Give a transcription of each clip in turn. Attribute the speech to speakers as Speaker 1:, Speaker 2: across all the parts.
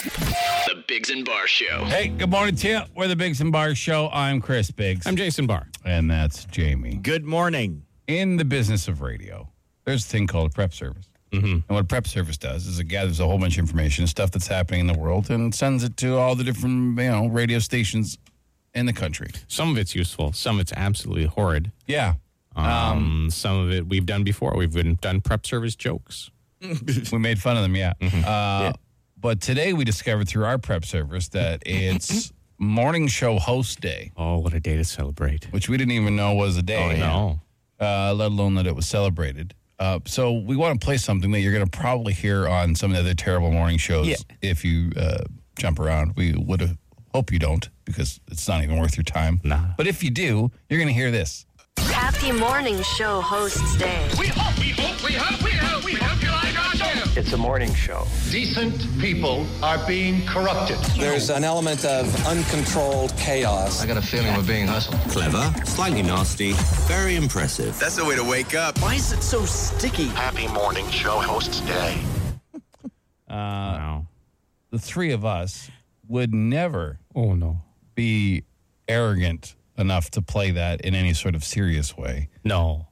Speaker 1: The Biggs and Bar Show.
Speaker 2: Hey, good morning to you. We're the Biggs and Bar Show. I'm Chris Biggs.
Speaker 3: I'm Jason Barr.
Speaker 2: and that's Jamie.
Speaker 3: Good morning.
Speaker 2: In the business of radio, there's a thing called a prep service. Mm-hmm. And what a prep service does is it gathers a whole bunch of information, stuff that's happening in the world, and sends it to all the different you know radio stations in the country.
Speaker 3: Some of it's useful. Some of it's absolutely horrid.
Speaker 2: Yeah,
Speaker 3: Um, some of it we've done before. We've been, done prep service jokes.
Speaker 2: we made fun of them. Yeah. Uh, But today we discovered through our prep service that it's morning show host day,
Speaker 3: Oh, what a day to celebrate!
Speaker 2: which we didn't even know was a day.
Speaker 3: Oh no,
Speaker 2: uh, let alone that it was celebrated. Uh, so we want to play something that you're going to probably hear on some of the other terrible morning shows.
Speaker 3: Yeah.
Speaker 2: If you uh, jump around, we would hope you don't because it's not even worth your time.
Speaker 3: Nah.
Speaker 2: But if you do, you're going to hear this.
Speaker 4: Happy Morning Show Hosts Day.
Speaker 5: We hope, we hope, we hope, we hope, we hope you like our show.
Speaker 6: It's a morning show.
Speaker 5: Decent people are being corrupted.
Speaker 7: There's an element of uncontrolled chaos.
Speaker 8: I got a feeling we're being hustled.
Speaker 9: Clever, slightly nasty, very impressive. That's the way to wake up.
Speaker 6: Why is it so sticky?
Speaker 5: Happy morning show hosts day.
Speaker 10: Uh,
Speaker 3: no,
Speaker 2: The three of us would never
Speaker 3: oh no,
Speaker 2: be arrogant enough to play that in any sort of serious way. Um,
Speaker 3: no.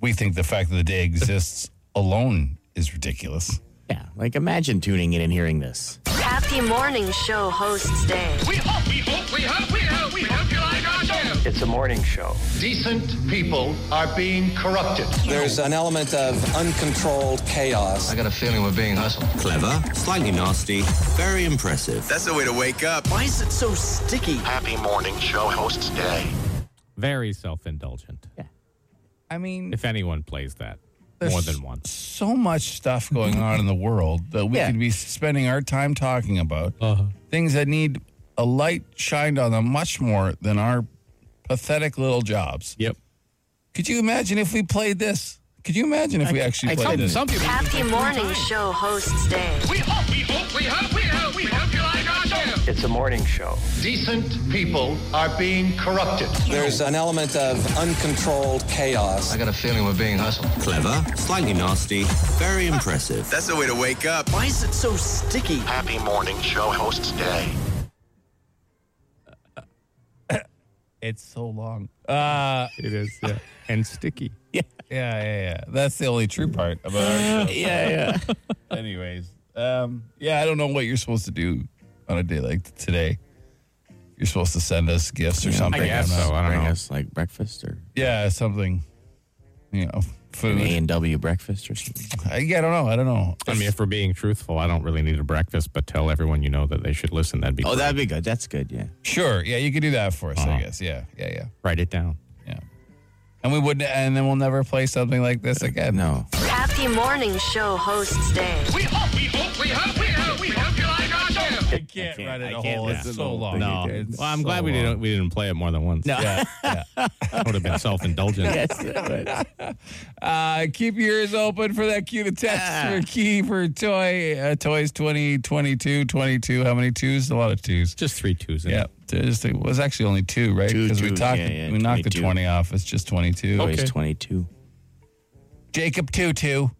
Speaker 2: We think the fact that the day exists alone is ridiculous.
Speaker 10: Yeah, like imagine tuning in and hearing this.
Speaker 4: Happy Morning Show Hosts Day.
Speaker 5: We hope, we hope, we hope, we hope, we hope you like our show.
Speaker 6: It's a morning show.
Speaker 5: Decent people are being corrupted.
Speaker 7: There's an element of uncontrolled chaos.
Speaker 8: I got a feeling we're being hustled.
Speaker 9: Clever, slightly nasty, very impressive. That's the way to wake up.
Speaker 6: Why is it so sticky?
Speaker 5: Happy morning show hosts day.
Speaker 3: Very self-indulgent.
Speaker 2: I mean,
Speaker 3: If anyone plays that more than once, Mm-hmm.
Speaker 2: so much stuff going on in the world that we
Speaker 10: Yeah.
Speaker 2: could be spending our time talking about
Speaker 3: Uh-huh.
Speaker 2: things that need a light shined on them much more than our pathetic little jobs.
Speaker 3: yep.
Speaker 2: Could you imagine if we played this? Could you imagine if we actually played this?
Speaker 3: some people.
Speaker 4: Happy Morning Show Hosts Day.
Speaker 5: We hope, we hope, we hope, we hope, we hope you like our show.
Speaker 6: It's a morning show.
Speaker 5: Decent people are being corrupted.
Speaker 7: There's an element of uncontrolled chaos.
Speaker 8: I got a feeling we're being hustled.
Speaker 9: Clever, slightly nasty, very impressive. That's the way to wake up.
Speaker 6: Why is it so sticky?
Speaker 5: Happy morning show hosts day.
Speaker 2: It's so long.
Speaker 3: It is, yeah, and sticky.
Speaker 2: Yeah, yeah, yeah. That's the only true part about our show.
Speaker 10: Yeah, yeah.
Speaker 2: Anyways, um, yeah, I don't know what you're supposed to do on a day like today. You're supposed to send us gifts or something.
Speaker 3: I guess
Speaker 2: I'm not-
Speaker 3: so. I don't
Speaker 10: Bring
Speaker 3: know.
Speaker 10: us like breakfast or
Speaker 2: Yeah, something. You know, food.
Speaker 10: A and W breakfast or something.
Speaker 2: I, yeah, I don't know. I don't know.
Speaker 3: I mean, if we're being truthful, I don't really need a breakfast, but tell everyone you know that they should listen. That'd be.
Speaker 10: Oh,
Speaker 3: great.
Speaker 10: that'd be good. That's good. Yeah.
Speaker 2: sure. Yeah, you could do that for us. I
Speaker 3: Uh-huh.
Speaker 2: guess. Yeah, yeah, yeah,
Speaker 3: write it down.
Speaker 2: yeah. And we wouldn't. And then we'll never play something like this again.
Speaker 10: No.
Speaker 4: Happy Morning Show Hosts Day.
Speaker 5: We hope, we hope, we hope, we hope, we hope you like our show.
Speaker 2: I can't, run it a whole. It's so long.
Speaker 3: No, well, I'm glad we didn't we didn't play it more than once. No,
Speaker 2: Yeah, yeah.
Speaker 3: would have been self indulgent.
Speaker 2: Uh, keep your ears open for that cue to text for key for toy uh, toys 20, 22, 22. How many twos? A lot of twos.
Speaker 3: Just three twos. In
Speaker 2: Yeah,
Speaker 3: it.
Speaker 2: just think, well, it's actually only two, right?
Speaker 10: Two,
Speaker 2: we
Speaker 10: two,
Speaker 2: talked,
Speaker 10: yeah, yeah,
Speaker 2: we knocked the
Speaker 10: 22.
Speaker 2: twenty off. It's just twenty two.
Speaker 10: Always 22.
Speaker 2: Jacob two two.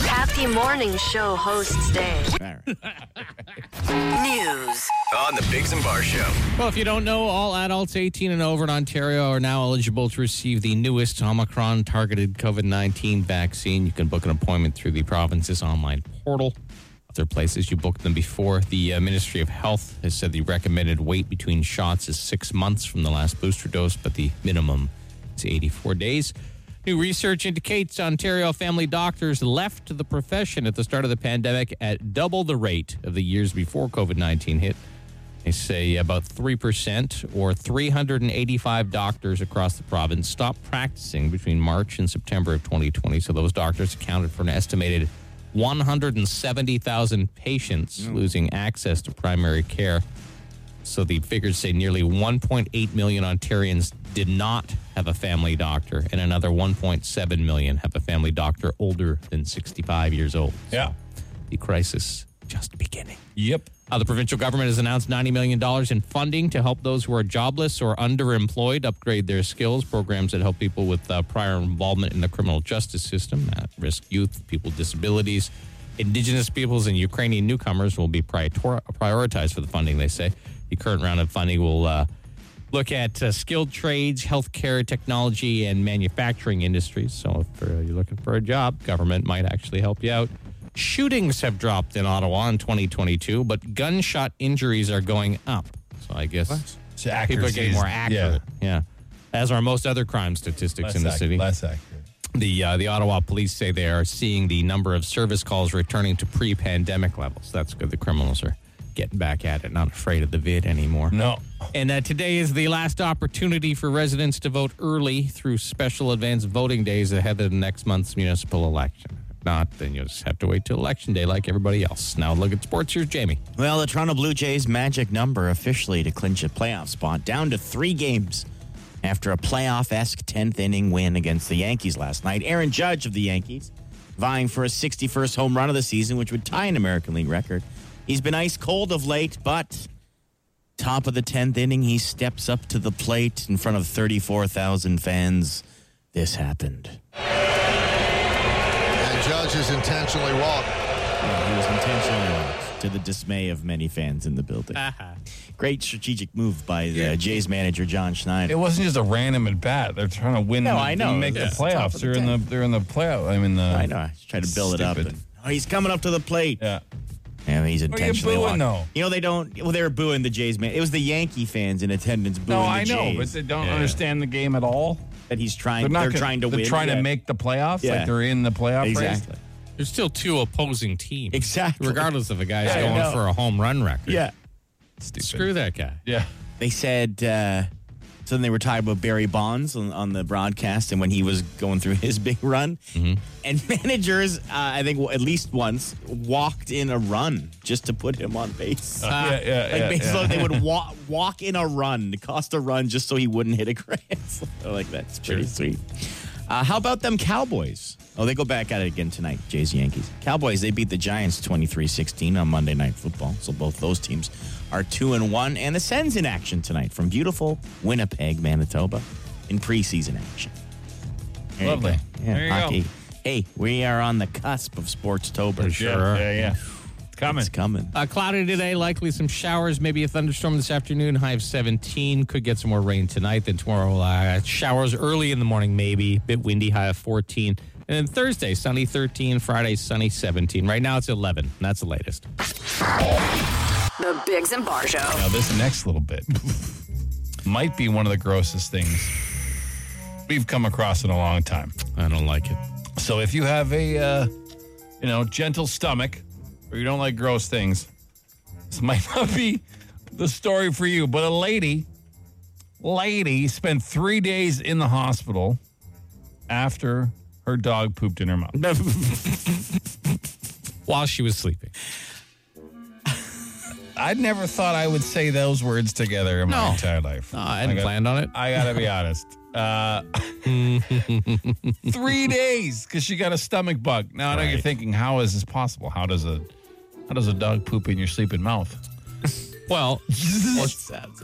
Speaker 4: Happy Morning Show Hosts Day.
Speaker 10: All right.
Speaker 4: News.
Speaker 8: On the Biggs and Bar Show.
Speaker 3: Well, if you don't know, all adults 18 and over in Ontario are now eligible to receive the newest Omicron targeted COVID 19 vaccine. You can book an appointment through the province's online portal. Other places you booked them before. The uh, Ministry of Health has said the recommended wait between shots is six months from the last booster dose, but the minimum is 84 days. New research indicates Ontario family doctors left the profession at the start of the pandemic at double the rate of the years before COVID 19 hit. They say about 3% or 385 doctors across the province stopped practicing between March and September of 2020. So those doctors accounted for an estimated 170,000 patients losing access to primary care. So the figures say nearly 1.8 million Ontarians did not have a family doctor, and another 1.7 million have a family doctor older than 65 years old.
Speaker 2: Yeah.
Speaker 3: The crisis just beginning.
Speaker 2: Yep.
Speaker 3: Uh, the provincial government has announced $90 million in funding to help those who are jobless or underemployed upgrade their skills, programs that help people with uh, prior involvement in the criminal justice system, at risk youth, people with disabilities, Indigenous peoples and Ukrainian newcomers will be prior- prioritized for the funding, they say. The current round of funding will uh, look at uh, skilled trades, healthcare, technology, and manufacturing industries. So if uh, you're looking for a job, government might actually help you out. Shootings have dropped in Ottawa in 2022, but gunshot injuries are going up. So I guess
Speaker 2: So
Speaker 3: people are
Speaker 2: accuracy
Speaker 3: getting
Speaker 2: is-
Speaker 3: more accurate. Yeah. As are most other crime
Speaker 2: Less
Speaker 3: statistics in the
Speaker 2: ac-
Speaker 3: city.
Speaker 2: Less accurate.
Speaker 3: The uh, the Ottawa police say they are seeing the number of service calls returning to pre-pandemic levels. That's good. The criminals are getting back at it, not afraid of the vid anymore.
Speaker 2: No.
Speaker 3: And uh, today is the last opportunity for residents to vote early through special advance voting days ahead of next month's municipal election. If not, then you'll just have to wait till election day like everybody else. Now look at sports. Here's Jamie.
Speaker 10: Well, the Toronto Blue Jays' magic number officially to clinch a playoff spot down to three games after a playoff esque 10th inning win against the Yankees last night. Aaron Judge of the Yankees vying for his 61st home run of the season, which would tie an American League record. He's been ice cold of late, but top of the 10th inning, he steps up to the plate in front of 34,000 fans. This happened.
Speaker 11: And Judge is intentionally walked.
Speaker 10: Yeah, Uh, he was intentionally walked, to the dismay of many fans in the building. Great strategic move by the Jays manager John Schneider.
Speaker 2: It wasn't just a random at bat. They're trying to win.
Speaker 10: No,
Speaker 2: the-
Speaker 10: I know.
Speaker 2: Make
Speaker 10: Yeah.
Speaker 2: the
Speaker 10: Top of
Speaker 2: playoffs.
Speaker 10: the
Speaker 2: They're in the. They're in the playoff. I mean the.
Speaker 10: I know. I just try to build it up.
Speaker 2: Stupid.
Speaker 10: and- oh, he's coming up to the plate.
Speaker 2: Yeah.
Speaker 10: Yeah, he's
Speaker 2: you
Speaker 10: intentionally
Speaker 2: booing,
Speaker 10: walked.
Speaker 2: though?
Speaker 10: You know they don't. Well, they were booing the Jays man. It was the Yankee fans in attendance booing.
Speaker 2: No,
Speaker 10: the
Speaker 2: I know,
Speaker 10: Jays.
Speaker 2: but they don't
Speaker 10: Yeah.
Speaker 2: understand the game at all.
Speaker 10: that he's trying.
Speaker 2: They're
Speaker 10: They're,
Speaker 2: not. gonna-
Speaker 10: trying to
Speaker 2: they're
Speaker 10: win.
Speaker 2: Trying
Speaker 10: Yeah.
Speaker 2: to make the playoffs.
Speaker 10: Yeah.
Speaker 2: Like they're in the playoff race.
Speaker 10: exactly.
Speaker 3: There's still two opposing teams.
Speaker 10: Exactly.
Speaker 3: Regardless of a guy's
Speaker 10: I know.
Speaker 3: going for a home run record.
Speaker 10: Yeah.
Speaker 3: Screw that guy.
Speaker 2: Yeah.
Speaker 10: they said uh, something they were talking about Barry Bonds on, on the broadcast and when he was going through his big run.
Speaker 2: Mm-hmm.
Speaker 10: And managers, uh, I think w- at least once, walked in a run just to put him on base.
Speaker 2: Uh, yeah, yeah,
Speaker 10: like
Speaker 2: yeah,
Speaker 10: basically,
Speaker 2: yeah.
Speaker 10: they would walk walk in a run, cost a run, just so he wouldn't hit a grand. slam. I'm like that's pretty sweet. Uh, how about them Cowboys? Oh, they go back at it again tonight, Jays Yankees. Cowboys, they beat the Giants 23-16 on Monday Night Football. So both those teams are 2 and 1 and the Sens in action tonight from beautiful Winnipeg, Manitoba in preseason action. There you
Speaker 2: Lovely.
Speaker 10: go. Yeah,
Speaker 2: There you go.
Speaker 10: hockey. Hey, we are on the cusp of Sportstober.
Speaker 2: Yeah. Yeah. yeah. It's coming.
Speaker 10: It's coming.
Speaker 3: Uh, cloudy today, likely some showers, maybe a thunderstorm this afternoon, high of 17. Could get some more rain tonight. Then tomorrow, uh, showers early in the morning, maybe. Bit windy, high of 14. And then Thursday, sunny 13. Friday, sunny 17. Right now, it's 11. and That's the latest.
Speaker 4: The Bigs and Bar Show.
Speaker 2: Now this next little bit might be one of the grossest things we've come across in a long time.
Speaker 3: I don't like it.
Speaker 2: So if you have a, uh, you know, gentle stomach, or you don't like gross things, this might not be the story for you. But a lady, lady, spent three days in the hospital after her dog pooped in her mouth.
Speaker 3: While she was sleeping.
Speaker 2: I never thought I would say those words together in my
Speaker 3: No.
Speaker 2: entire life.
Speaker 3: No, Uh, I hadn't
Speaker 2: got-
Speaker 3: planned on it.
Speaker 2: I gotta be honest. Uh, three days because she got a stomach bug. Now I know you're
Speaker 3: Right.
Speaker 2: thinking, how is this possible? How does a how does a dog poop in your sleeping mouth?
Speaker 3: Well,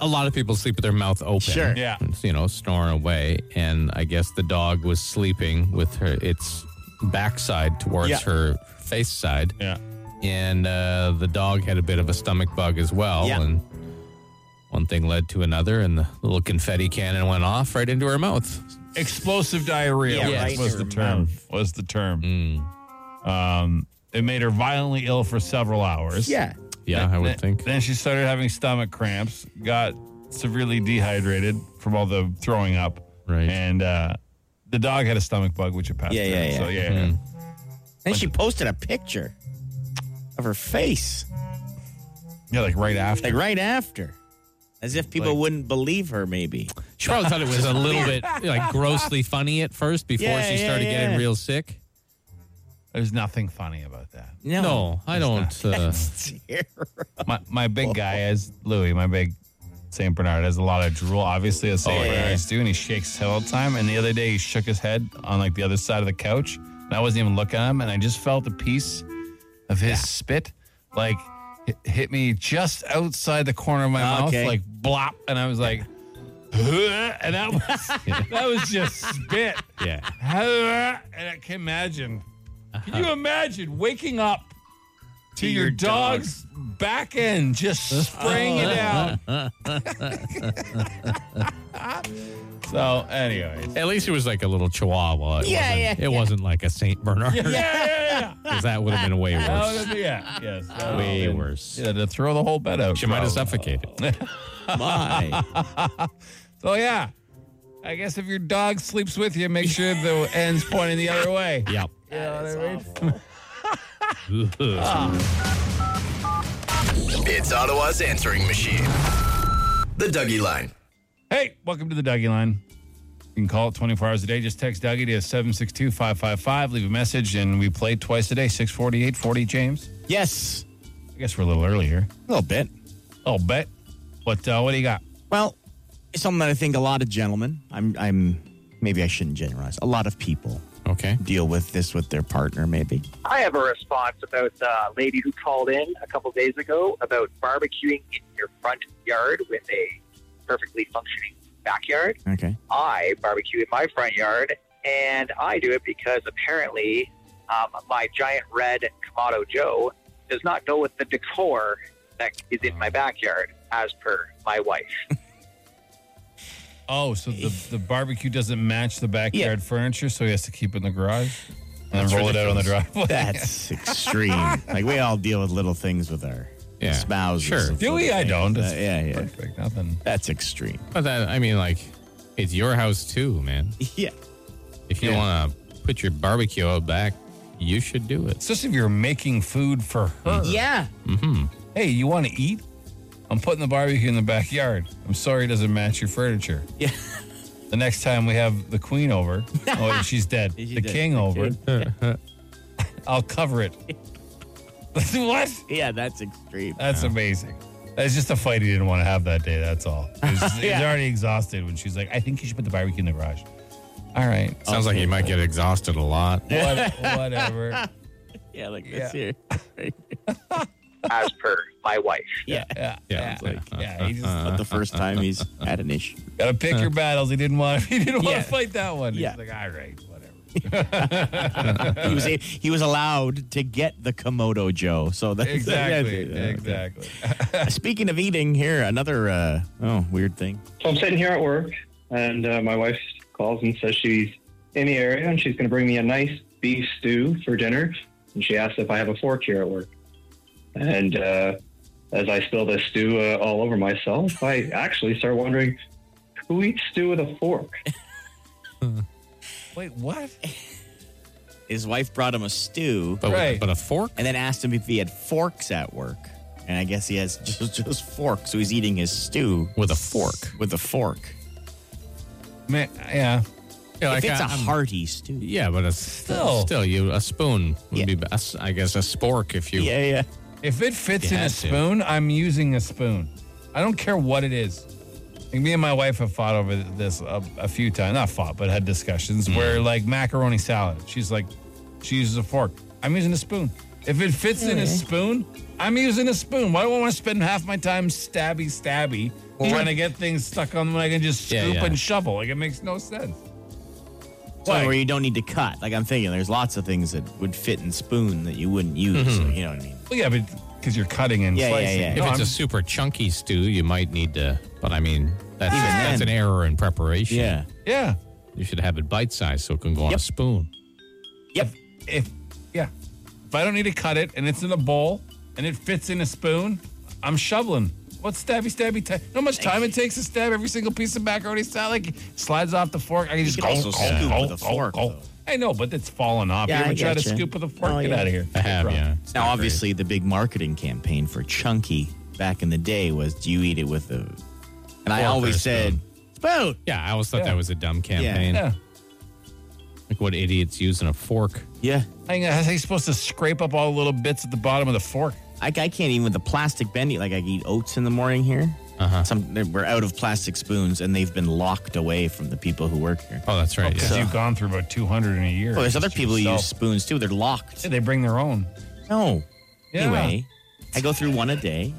Speaker 3: a lot of people sleep with their mouth open.
Speaker 10: Sure.
Speaker 2: Yeah.
Speaker 3: You know, snoring away. And I guess the dog was sleeping with her its backside towards
Speaker 10: Yeah.
Speaker 3: her face side.
Speaker 2: Yeah.
Speaker 3: and uh, the dog had a bit of a stomach bug as well.
Speaker 10: Yeah.
Speaker 3: And one thing led to another, and the little confetti cannon went off right into her mouth.
Speaker 2: Explosive diarrhea
Speaker 10: Yeah,
Speaker 2: was,
Speaker 10: right
Speaker 2: was
Speaker 10: in
Speaker 2: the
Speaker 10: her
Speaker 2: term.
Speaker 10: mouth. Mm.
Speaker 2: Was the term. Um, it made her violently ill for several hours.
Speaker 10: Yeah.
Speaker 3: Yeah, I would think.
Speaker 2: Then she started having stomach cramps, got severely dehydrated from all the throwing up.
Speaker 3: Right.
Speaker 2: And uh, the dog had a stomach bug, which it passed.
Speaker 10: Yeah,
Speaker 2: through.
Speaker 10: yeah, Hmm. yeah.
Speaker 2: So, yeah, yeah.
Speaker 10: And she posted a picture of her face,
Speaker 2: Yeah, like right after.
Speaker 10: like right after, as if people
Speaker 2: Like-
Speaker 10: wouldn't believe her. Maybe
Speaker 3: She probably thought it was a little bit like grossly funny at first before
Speaker 10: Yeah,
Speaker 3: she
Speaker 10: yeah,
Speaker 3: started
Speaker 10: yeah.
Speaker 3: getting real sick.
Speaker 2: There's nothing funny about that.
Speaker 3: No, I don't. Uh,
Speaker 2: My, my big guy is Louis, my big St. Bernard, has a lot of drool, obviously, as St.
Speaker 10: Oh, yeah, yeah.
Speaker 2: Bernards do, and he shakes his head all the time. And the other day, he shook his head on like the other side of the couch, and I wasn't even looking at him, and I just felt a piece of his spit like hit, hit me just outside the corner of my
Speaker 10: Ah, Okay.
Speaker 2: mouth, like blop, and I was like, and that was that was just spit.
Speaker 3: yeah.
Speaker 2: And I can imagine. Can you imagine waking up to your dog's back end, just spraying it out. so, anyways.
Speaker 3: At least it was like a little chihuahua. It
Speaker 2: Yeah,
Speaker 3: wasn't,
Speaker 2: yeah,
Speaker 3: It wasn't like a St. Bernard.
Speaker 2: Yeah, yeah,
Speaker 3: Because that would have been way
Speaker 2: yeah.
Speaker 3: worse.
Speaker 2: Oh, yeah, yes. that
Speaker 3: Way
Speaker 2: would've been-
Speaker 3: worse.
Speaker 2: Yeah, Oh. to throw the whole bed out.
Speaker 3: She might have
Speaker 2: probably.
Speaker 3: suffocated.
Speaker 10: My.
Speaker 2: So yeah, I guess if your dog sleeps with you, make sure the end's pointing the other way.
Speaker 3: Yep.
Speaker 2: You know what I mean?
Speaker 8: It's Ottawa's answering machine. The Dougie Line.
Speaker 2: Hey, welcome to the Dougie Line. You can call it 24 hours a day. Just text Dougie to 762 555. Leave a message, and we play twice a day 640, 840, James.
Speaker 10: Yes.
Speaker 2: I guess we're a little early here.
Speaker 10: A little bit.
Speaker 2: I'll bet. What, uh, what do you got?
Speaker 10: Well, it's something that I think a lot of gentlemen, I'm, I'm, maybe I shouldn't generalize. A lot of people
Speaker 3: Okay.
Speaker 10: deal with this with their partner, maybe.
Speaker 12: I have a response about uh, a lady who called in a couple days ago about barbecuing in your front yard with a perfectly functioning backyard.
Speaker 10: Okay.
Speaker 12: I barbecue in my front yard, and I do it because apparently um, my giant red Kamado Joe does not go with the decor that is in my backyard, as per my wife.
Speaker 2: Oh, so the, the barbecue doesn't match the backyard furniture, so he has to keep it in the garage and
Speaker 10: That's
Speaker 2: then roll it out on the
Speaker 10: ridiculous.
Speaker 2: driveway.
Speaker 10: That's extreme. like we all deal with little things with our
Speaker 3: Yeah.
Speaker 10: spouses.
Speaker 3: Sure.
Speaker 10: and
Speaker 2: Do
Speaker 10: little
Speaker 2: we? I
Speaker 10: things.
Speaker 2: don't.
Speaker 10: Uh,
Speaker 2: It's
Speaker 10: yeah, yeah.
Speaker 2: Perfect. Nothing.
Speaker 10: That's extreme.
Speaker 3: But that, I mean, like, it's your house too, man.
Speaker 10: Yeah.
Speaker 3: If you
Speaker 2: Yeah.
Speaker 3: want to put your barbecue out back, you should do it.
Speaker 2: Especially if you're making food for her.
Speaker 10: Yeah.
Speaker 2: Hey, you want to eat? I'm putting the barbecue in the backyard. I'm sorry it doesn't match your furniture.
Speaker 10: Yeah.
Speaker 2: The next time we have the queen over, oh, wait, she's dead.
Speaker 10: She
Speaker 2: the
Speaker 10: did.
Speaker 2: king
Speaker 10: The
Speaker 2: over, I'll cover it. what?
Speaker 10: Yeah, that's extreme.
Speaker 2: That's amazing. That's just a fight he didn't want to have that day. That's all. He's
Speaker 10: Yeah.
Speaker 2: already exhausted when she's like, I think you should put the barbecue in the garage. All right.
Speaker 3: Sounds like you might get exhausted a lot.
Speaker 2: What, whatever.
Speaker 10: yeah, like
Speaker 2: Yeah.
Speaker 10: this here.
Speaker 12: as per my wife.
Speaker 10: Yeah.
Speaker 2: Yeah.
Speaker 3: Yeah, it's like, uh,
Speaker 2: yeah. He just
Speaker 10: But the first time he's had an issue.
Speaker 2: Got to
Speaker 3: Uh.
Speaker 2: pick your battles. He didn't want. He didn't want
Speaker 10: Yeah.
Speaker 2: to fight that one.
Speaker 10: Yeah.
Speaker 2: He's like, all right, whatever.
Speaker 10: He was a, he was allowed to get the Komodo Joe. So that's
Speaker 2: Exactly.
Speaker 10: yeah, yeah, yeah.
Speaker 2: exactly.
Speaker 10: Speaking of eating, here another uh, oh weird thing.
Speaker 13: So I'm sitting here at work, and uh, my wife calls and says she's in the area and she's going to bring me a nice beef stew for dinner. And she asks if I have a fork here at work. And uh, as I spill this stew uh, all over myself, I actually start wondering who eats stew with a fork?
Speaker 2: Wait, what?
Speaker 10: His wife brought him a stew,
Speaker 3: But, with-
Speaker 2: Right.
Speaker 3: but a fork?
Speaker 10: and then asked him if he had forks at work. And I guess he has just just forks, so he's eating his stew
Speaker 3: With a fork.
Speaker 10: with a fork.
Speaker 2: Man, yeah.
Speaker 3: Yeah,
Speaker 10: if
Speaker 3: like,
Speaker 10: it's a
Speaker 3: I'm-
Speaker 10: hearty stew,
Speaker 3: Yeah, but a,
Speaker 2: Still.
Speaker 3: still, still, you a spoon would
Speaker 10: Yeah.
Speaker 3: be best. I guess a spork if you.
Speaker 10: yeah, yeah.
Speaker 2: If it fits
Speaker 3: You
Speaker 2: in a
Speaker 3: had to.
Speaker 2: spoon, I'm using a spoon. I don't care what it is. Like me and my wife have fought over this a, a few times. Not fought, but had discussions where like macaroni salad. She's like, she uses a fork. I'm using a spoon. If it fits in a spoon, I'm using a spoon. Why do I want to spend half my time stabby stabby trying to get things stuck on them when I can just scoop
Speaker 3: Yeah, yeah.
Speaker 2: and shovel? Like it makes no sense.
Speaker 10: Something
Speaker 2: Why?
Speaker 10: where you don't need to cut. Like I'm thinking, there's lots of things that would fit in spoon that you wouldn't use.
Speaker 3: Mm-hmm.
Speaker 10: so you know what I mean?
Speaker 2: Well, yeah, but because you're cutting and
Speaker 10: Yeah, yeah,
Speaker 2: slicing.
Speaker 10: yeah.
Speaker 3: If
Speaker 2: No,
Speaker 3: it's
Speaker 2: I'm-
Speaker 3: a super chunky stew, you might need to. But I mean, that's
Speaker 10: Even
Speaker 3: that's
Speaker 10: then.
Speaker 3: an error in preparation.
Speaker 10: Yeah.
Speaker 2: yeah.
Speaker 3: you should have it bite sized so it can go on a
Speaker 10: Yep.
Speaker 3: spoon.
Speaker 10: Yep.
Speaker 2: if yeah if i don't need to cut it and it's in a bowl and it fits in a spoon i'm shoveling what stabby stabby time how much time it takes to stab every single piece of macaroni salad like slides off the fork i can just
Speaker 10: could
Speaker 2: go,
Speaker 10: also
Speaker 2: go,
Speaker 10: scoop
Speaker 2: go,
Speaker 10: with a
Speaker 2: go,
Speaker 10: fork,
Speaker 2: go.
Speaker 10: though.
Speaker 2: i know but it's falling off
Speaker 10: Yeah,
Speaker 2: you ever
Speaker 10: I
Speaker 2: try to
Speaker 10: getcha.
Speaker 2: scoop with a fork
Speaker 10: Oh,
Speaker 2: get
Speaker 10: yeah.
Speaker 2: out of here
Speaker 3: I have, yeah. It's
Speaker 10: Now,
Speaker 3: not
Speaker 10: obviously, the big marketing campaign for Chunky back in the day was, "Do you eat it with a?" And I
Speaker 3: Fork or
Speaker 10: always
Speaker 3: a
Speaker 10: said,
Speaker 3: spoon.
Speaker 10: "Spoon."
Speaker 3: great. Yeah, I always thought
Speaker 2: Yeah.
Speaker 3: that was a dumb campaign.
Speaker 2: yeah
Speaker 3: Like what idiots using a fork.
Speaker 10: Yeah,
Speaker 2: Hang on, how's he supposed to scrape up all the little bits at the bottom of the fork?
Speaker 10: I, I can't even with the plastic bendy. Like I eat oats in the morning here. Uh-huh. Some we're out of plastic spoons, and they've been locked away from the people who work here.
Speaker 3: Oh, that's right.
Speaker 2: Because
Speaker 3: yeah.
Speaker 2: you've gone through about 200 in a year.
Speaker 10: Oh, there's other
Speaker 2: Just
Speaker 10: people who
Speaker 2: yourself.
Speaker 10: use spoons too. They're locked.
Speaker 2: Yeah, they bring their own.
Speaker 10: No.
Speaker 2: Yeah.
Speaker 10: Anyway, I go through one a day.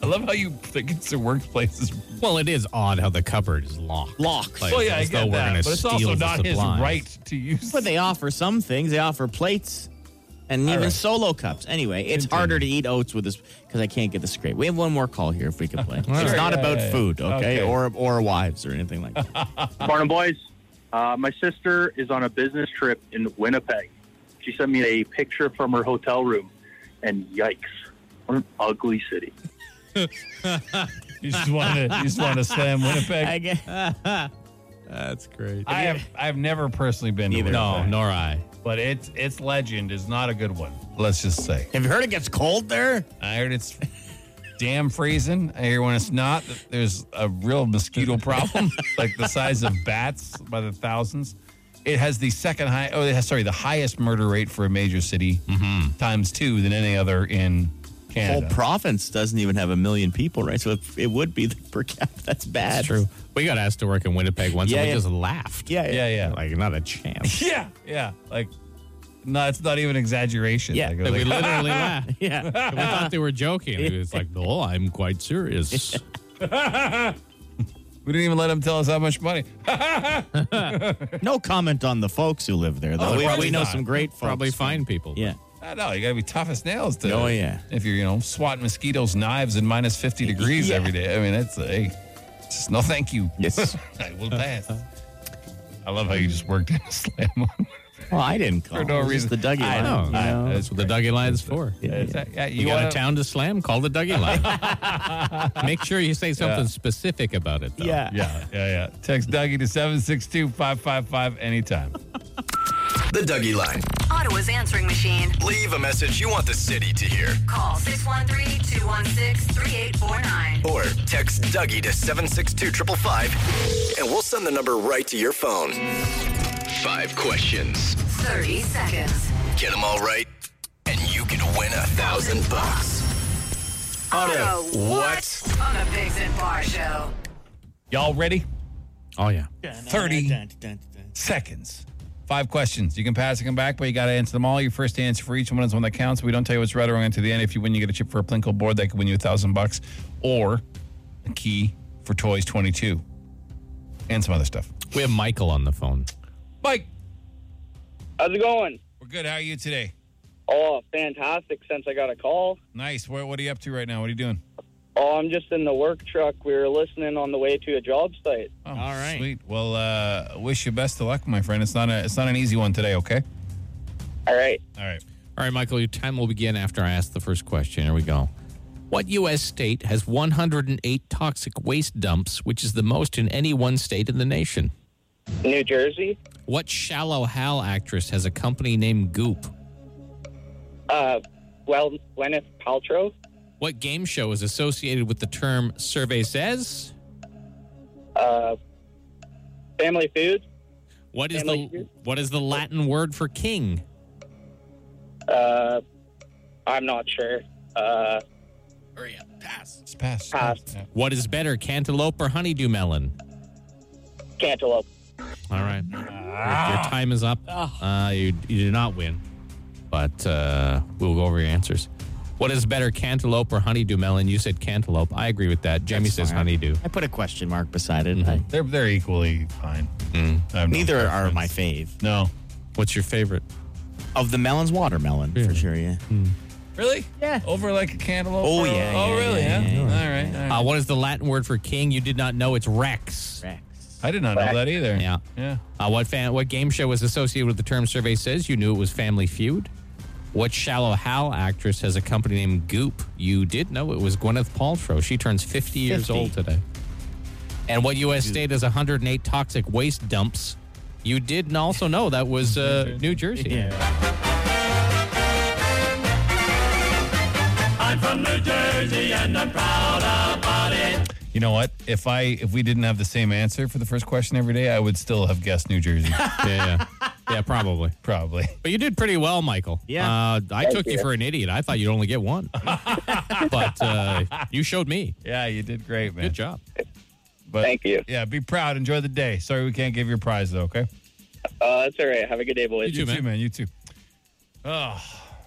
Speaker 2: I love how you think it's the workplace is
Speaker 3: Well, it is odd how the cupboard is locked.
Speaker 10: Locked.
Speaker 3: Like,
Speaker 2: Well, yeah, I
Speaker 3: as though
Speaker 2: get
Speaker 3: we're
Speaker 2: that,
Speaker 3: gonna
Speaker 2: but it's
Speaker 3: steal
Speaker 2: also
Speaker 3: the
Speaker 2: not his
Speaker 3: supplies.
Speaker 2: right to use.
Speaker 10: But they offer some things. They offer plates. and even right. solo cups. Anyway, it's Continue. harder to eat oats with this because I can't get this straight. We have one more call here if we can play. right. it's not yeah, about yeah, food, okay? okay? or or wives or anything like that.
Speaker 14: Barnum boys, uh, my sister is on a business trip in Winnipeg. She sent me a picture from her hotel room, and yikes, what an ugly city.
Speaker 2: you just want to you just want to slam Winnipeg. I
Speaker 3: guess. That's great.
Speaker 2: I have I've never personally been
Speaker 3: Neither.
Speaker 2: to Winnipeg.
Speaker 3: No, nor I.
Speaker 2: But it's it's legend is not a good one. Let's just say.
Speaker 10: Have you heard it gets cold there?
Speaker 2: I heard it's damn freezing. I hear when it's not, there's a real mosquito problem, like the size of bats by the thousands. It has the second high. Oh, has, sorry, the highest murder rate for a major city mm-hmm. times two than any other in Canada.
Speaker 10: Whole province doesn't even have a million people, right? So it, it would be the per capita. That's bad.
Speaker 3: That's true. We got asked to work in Winnipeg once, yeah, and we yeah. just laughed.
Speaker 10: Yeah, yeah,
Speaker 2: yeah, yeah,
Speaker 3: Like not a chance.
Speaker 2: yeah, yeah. Like, no, it's not even exaggeration.
Speaker 10: Yeah,
Speaker 2: like,
Speaker 3: like, we literally laughed.
Speaker 10: Yeah, we
Speaker 3: thought they were joking. It was like, no, I'm quite serious. we
Speaker 2: didn't even let them tell us how much money.
Speaker 10: no comment on the folks who live there, though. Oh, we, we know some great, folks.
Speaker 3: probably fine people.
Speaker 10: Yeah.
Speaker 2: I know you got to be tough as nails to.
Speaker 10: Oh yeah.
Speaker 2: If you're you know swatting mosquitoes, knives, and minus fifty degrees yeah. every day, I mean that's a hey, just no thank you.
Speaker 10: Yes,
Speaker 2: I will pass. I love how you just worked in a slam on.
Speaker 10: Well, I didn't call
Speaker 2: for no reason.
Speaker 10: The Dougie
Speaker 3: I
Speaker 10: line.
Speaker 3: Know, you know, that's what the Dougie line is for.
Speaker 2: Yeah, yeah. uh, yeah
Speaker 3: you, you got wanna... a town to slam? Call the Dougie line. Make sure you say something yeah. specific about it. Though.
Speaker 10: Yeah,
Speaker 2: yeah, yeah, yeah. Text Dougie to seven six two five five five anytime.
Speaker 8: The Dougie Line.
Speaker 4: Ottawa's answering machine.
Speaker 8: Leave a message you want the city to hear.
Speaker 4: Call 613 216 3849.
Speaker 8: Or text Dougie to 762 555 and we'll send the number right to your phone. Five questions,
Speaker 4: 30 seconds.
Speaker 8: Get them all right, and you can win a thousand bucks.
Speaker 4: Auto, what? what? On the Bigs and Bar Show.
Speaker 2: Y'all ready?
Speaker 3: Oh, yeah.
Speaker 2: 30 seconds. Five questions. You can pass and come back, but you got to answer them all. Your first answer for each one is one that counts. We don't tell you what's right or wrong until the end. If you win, you get a chip for a Plinko board that could win you a thousand bucks or a key for Toys 22 and some other stuff.
Speaker 3: We have Michael on the phone.
Speaker 2: Mike.
Speaker 15: How's it going?
Speaker 2: We're good. How are you today?
Speaker 15: Oh, fantastic since I got a call.
Speaker 2: Nice. What, what are you up to right now? What are you doing?
Speaker 15: Oh, I'm just in the work truck. We were listening on the way to a job site.
Speaker 2: Oh, All right. Sweet. Well, uh, wish you best of luck, my friend. It's not a it's not an easy one today. Okay.
Speaker 15: All right.
Speaker 2: All right.
Speaker 3: All right, Michael. Your time will begin after I ask the first question. Here we go. What U.S. state has 108 toxic waste dumps, which is the most in any one state in the nation?
Speaker 15: New Jersey.
Speaker 3: What shallow Hal actress has a company named Goop?
Speaker 15: Uh, well, Gwyneth Paltrow.
Speaker 3: What game show is associated with the term survey says?
Speaker 15: Uh, family food.
Speaker 3: What is
Speaker 15: family
Speaker 3: the food? what is the Latin word for king?
Speaker 15: Uh, I'm not sure. Uh,
Speaker 3: hurry up, pass.
Speaker 2: It's pass.
Speaker 15: Pass.
Speaker 3: What is better, cantaloupe or honeydew melon?
Speaker 15: Cantaloupe.
Speaker 3: All right, ah. your, your, time is up.
Speaker 2: Ah.
Speaker 3: Uh, you, you do not win, but uh, we'll go over your answers. What is better, cantaloupe or honeydew melon? You said cantaloupe. I agree with that. Jamie That's says fine. honeydew.
Speaker 10: I put a question mark beside it. Mm-hmm. I,
Speaker 2: they're they're equally fine.
Speaker 10: Mm. Neither no are my fave.
Speaker 2: No.
Speaker 3: What's your favorite?
Speaker 10: Of the melons, watermelon yeah. for sure. Yeah. Mm.
Speaker 2: Really?
Speaker 10: Yeah.
Speaker 2: Over like a cantaloupe.
Speaker 10: Oh yeah. yeah
Speaker 2: oh really? Yeah. yeah. All right. All right.
Speaker 3: Uh, what is the Latin word for king? You did not know. It's rex.
Speaker 10: Rex.
Speaker 2: I did not rex. know that either.
Speaker 3: Uh, Yeah.
Speaker 2: Yeah.
Speaker 3: Uh, what fan? What game show was associated with the term "survey says"? You knew it was Family Feud. What Shallow Hal actress has a company named Goop? You did know it was Gwyneth Paltrow. She turns 50 years 50. old today. And what U.S. Dude. state has 108 toxic waste dumps? You did also know that was uh, New Jersey.
Speaker 16: Yeah. I'm from New Jersey and I'm proud about it.
Speaker 2: You know what? If I if we didn't have the same answer for the first question every day, I would still have guessed New Jersey.
Speaker 3: yeah. Yeah, probably.
Speaker 2: Probably.
Speaker 3: But you did pretty well, Michael.
Speaker 10: Yeah.
Speaker 3: Uh, I Thank took you. you. for an idiot. I thought you'd only get one. but uh, you showed me.
Speaker 2: Yeah, you did great, man.
Speaker 3: Good job.
Speaker 2: But,
Speaker 15: Thank you.
Speaker 2: Yeah, be proud. Enjoy the day. Sorry we can't give your prize, though, okay?
Speaker 15: Uh, that's all right. Have a good day, boys.
Speaker 2: You, you too, man. too, man. You too. Oh.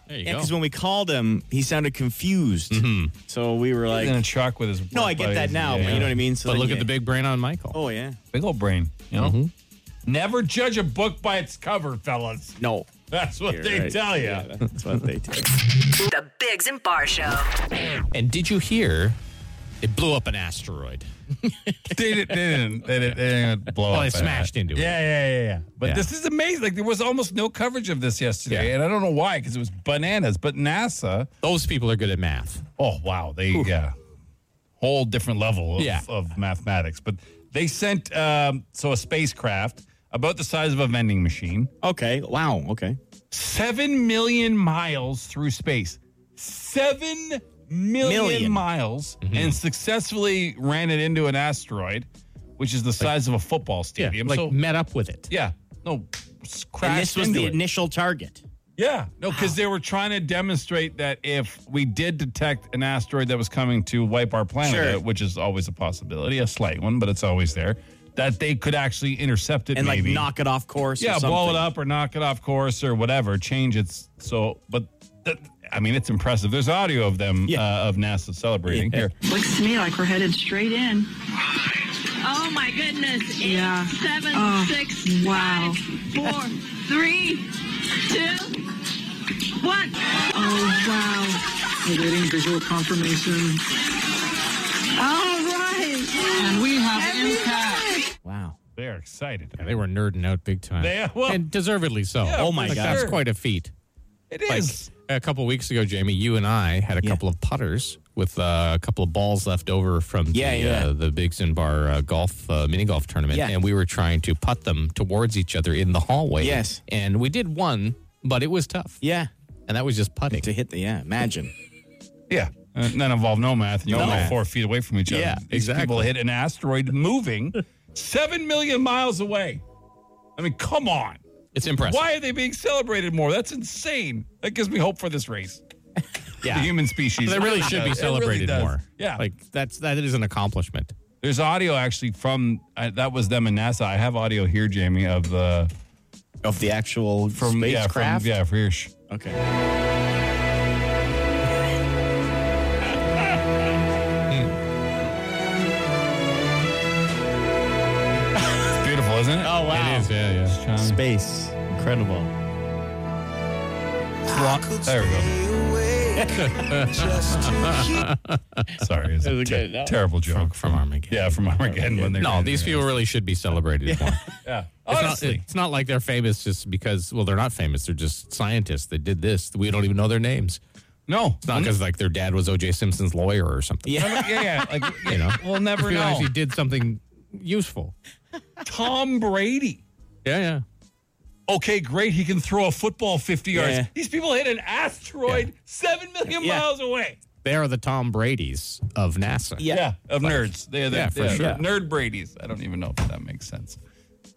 Speaker 3: There you
Speaker 10: yeah,
Speaker 3: go.
Speaker 10: because when we called him, he sounded confused.
Speaker 3: Mm-hmm.
Speaker 10: So we were like,
Speaker 2: He's in a truck with his.
Speaker 10: No, I get that now. Yeah. But you know what I mean.
Speaker 3: So but look
Speaker 10: yeah.
Speaker 3: at the big brain on Michael.
Speaker 10: Oh yeah,
Speaker 2: big old brain. You know, mm-hmm. Never judge a book by its cover, fellas.
Speaker 10: No.
Speaker 2: That's what
Speaker 10: You're
Speaker 2: they
Speaker 10: right.
Speaker 2: tell you.
Speaker 10: Yeah, that's what they tell you.
Speaker 4: The Biggs and Bar Show.
Speaker 3: And did you hear it blew up an asteroid?
Speaker 2: they, didn't, they, didn't, they didn't. They didn't blow
Speaker 3: Well,
Speaker 2: up.
Speaker 3: they
Speaker 2: at
Speaker 3: smashed
Speaker 2: all.
Speaker 3: into it.
Speaker 2: Yeah, yeah, yeah, yeah. But
Speaker 3: Yeah.
Speaker 2: this is amazing. Like there was almost no coverage of this yesterday, and I don't know why because it was bananas. But NASA,
Speaker 3: those people are good at math.
Speaker 2: Oh wow, they yeah, whole different level of,
Speaker 3: Yeah.
Speaker 2: of mathematics. But they sent um, so a spacecraft about the size of a vending machine.
Speaker 10: Okay. Wow. Okay.
Speaker 2: Seven million miles through space. Seven million,
Speaker 10: Million. Mm-hmm.
Speaker 2: miles and successfully ran it into an asteroid, which is the size of a football stadium.
Speaker 3: like
Speaker 2: so,
Speaker 3: met up with it.
Speaker 2: yeah. No, s- crashed
Speaker 10: And this was
Speaker 2: into
Speaker 10: the
Speaker 2: it.
Speaker 10: initial target.
Speaker 2: Yeah, no, because they were trying to demonstrate that if we did detect an asteroid that was coming to wipe our planet,
Speaker 10: Sure.
Speaker 2: out, which is always a possibility, a slight one, but it's always there, that they could actually intercept it
Speaker 10: and like
Speaker 2: maybe.
Speaker 10: knock it off course.
Speaker 2: yeah,
Speaker 10: or
Speaker 2: blow it
Speaker 10: something.
Speaker 2: up or knock it off course or whatever, change its so. But that, I mean, it's impressive. There's audio of them uh, of NASA celebrating here.
Speaker 17: Looks to me like we're headed straight in. Oh my goodness. Eight, yeah. Seven, six, wow. four, three, two, one. Oh wow.
Speaker 18: Awaiting visual confirmation.
Speaker 17: All right.
Speaker 18: And we have impact.
Speaker 10: Wow.
Speaker 2: They are excited.
Speaker 3: They were nerding out big time.
Speaker 2: They- well-
Speaker 3: and deservedly so.
Speaker 2: Yeah,
Speaker 3: oh my
Speaker 2: for
Speaker 3: god, that's
Speaker 2: sure.
Speaker 3: quite a feat.
Speaker 2: It
Speaker 3: Like,
Speaker 2: is.
Speaker 3: a couple weeks ago, Jamie, you and I had a couple of putters with uh, a couple of balls left over from
Speaker 10: Yeah,
Speaker 3: the
Speaker 10: yeah.
Speaker 3: Uh, the Biggs and Bar uh, golf uh, mini golf tournament,
Speaker 10: Yeah.
Speaker 3: and we were trying to putt them towards each other in the hallway.
Speaker 10: Yes.
Speaker 3: and we did one, but it was tough.
Speaker 10: Yeah.
Speaker 3: and that was just putting.
Speaker 10: To hit the yeah. Imagine.
Speaker 2: Yeah. Uh, none involved no math. and You're
Speaker 10: No
Speaker 2: only
Speaker 10: math.
Speaker 2: four feet away from each other.
Speaker 3: Yeah,
Speaker 2: These people
Speaker 3: exactly.
Speaker 2: hit an asteroid moving seven million miles away. I mean, come on.
Speaker 3: It's impressive.
Speaker 2: Why are they being celebrated more? That's insane. That gives me hope for this race.
Speaker 3: Yeah.
Speaker 2: The human species.
Speaker 3: They really should
Speaker 2: It
Speaker 3: be
Speaker 2: really
Speaker 3: celebrated
Speaker 2: does.
Speaker 3: more.
Speaker 2: Yeah.
Speaker 3: like that's that is an accomplishment.
Speaker 2: There's audio actually from uh, that was them and NASA. I have audio here, Jamie, of the
Speaker 10: Of the actual
Speaker 2: from
Speaker 10: spacecraft.
Speaker 2: Yeah, from, yeah, for sure.
Speaker 10: Okay.
Speaker 2: It's beautiful, isn't it?
Speaker 10: Oh wow.
Speaker 3: It is, yeah, yeah.
Speaker 2: Just trying to-
Speaker 10: Space. Incredible.
Speaker 2: There we go. Sorry, it's
Speaker 10: That was
Speaker 2: a ter-
Speaker 10: a good- no.
Speaker 2: terrible joke
Speaker 3: From- from Armageddon.
Speaker 2: Yeah, from Armageddon. When they're
Speaker 3: No,
Speaker 2: doing
Speaker 3: these
Speaker 2: it.
Speaker 3: people really should be celebrated more.
Speaker 2: Yeah,
Speaker 3: It's not,
Speaker 2: honestly,
Speaker 3: it's not like they're famous just because, well, they're not famous. They're just scientists that did this. We don't even know their names.
Speaker 2: no,
Speaker 3: It's not because, like, their dad was O.J. Simpson's lawyer or something.
Speaker 10: Mm-hmm.
Speaker 2: yeah,
Speaker 10: Yeah.
Speaker 2: yeah, like
Speaker 3: You know?
Speaker 2: we'll never
Speaker 3: If you
Speaker 2: know.
Speaker 3: actually did something useful.
Speaker 2: Tom Brady.
Speaker 3: Yeah, yeah.
Speaker 2: Okay, great. He can throw a football 50 yards.
Speaker 10: Yeah.
Speaker 2: These people hit an asteroid seven million
Speaker 10: Yeah.
Speaker 2: miles away.
Speaker 3: They are the Tom Brady's of NASA.
Speaker 10: Yeah.
Speaker 2: of nerds. They are the,
Speaker 3: Yeah, for
Speaker 2: yeah,
Speaker 3: sure.
Speaker 2: nerd Brady's. I don't even know if that makes sense.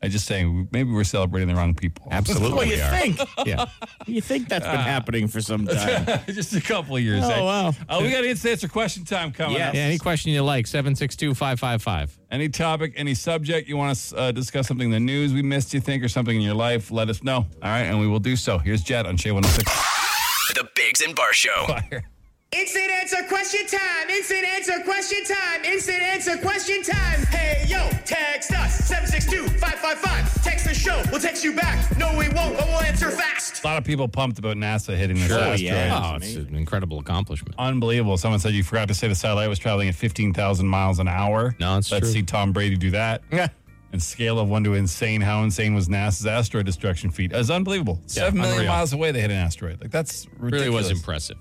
Speaker 2: I just saying maybe we're celebrating the wrong people.
Speaker 3: Absolutely.
Speaker 10: What do
Speaker 3: we
Speaker 10: you
Speaker 3: are.
Speaker 10: think?
Speaker 3: Yeah.
Speaker 10: You think that's
Speaker 2: Ah.
Speaker 10: been happening for some time?
Speaker 2: just a couple of years.
Speaker 10: Oh,
Speaker 2: eh?
Speaker 10: wow.
Speaker 2: Uh, we got instant answer question time coming
Speaker 10: Yeah.
Speaker 2: up.
Speaker 3: Yeah, any question you like, 762 555.
Speaker 2: Any topic, any subject you want to uh, discuss, something in the news we missed, you think, or something in your life, let us know. All right, and we will do so. Here's Jet on Shea 106.
Speaker 1: The Bigs and Bar Show.
Speaker 2: Fire.
Speaker 19: Instant answer question time. Instant answer question time. Instant answer question time. Hey, yo, text us 762 555. Text the show. We'll text you back. No, we won't, but we'll answer fast.
Speaker 2: A lot of people pumped about NASA hitting this
Speaker 10: Sure,
Speaker 2: asteroid.
Speaker 10: yeah.
Speaker 3: Oh, it's an incredible accomplishment.
Speaker 2: Unbelievable. Someone said you forgot to say the satellite was traveling at 15,000 miles an hour.
Speaker 3: No, it's
Speaker 2: Let's
Speaker 3: true.
Speaker 2: see Tom Brady do that. Yeah. And scale of one to insane, how insane was NASA's asteroid destruction feat? It's unbelievable. Seven million
Speaker 3: unreal.
Speaker 2: miles away, they hit an asteroid. Like, that's ridiculous.
Speaker 3: Really was impressive.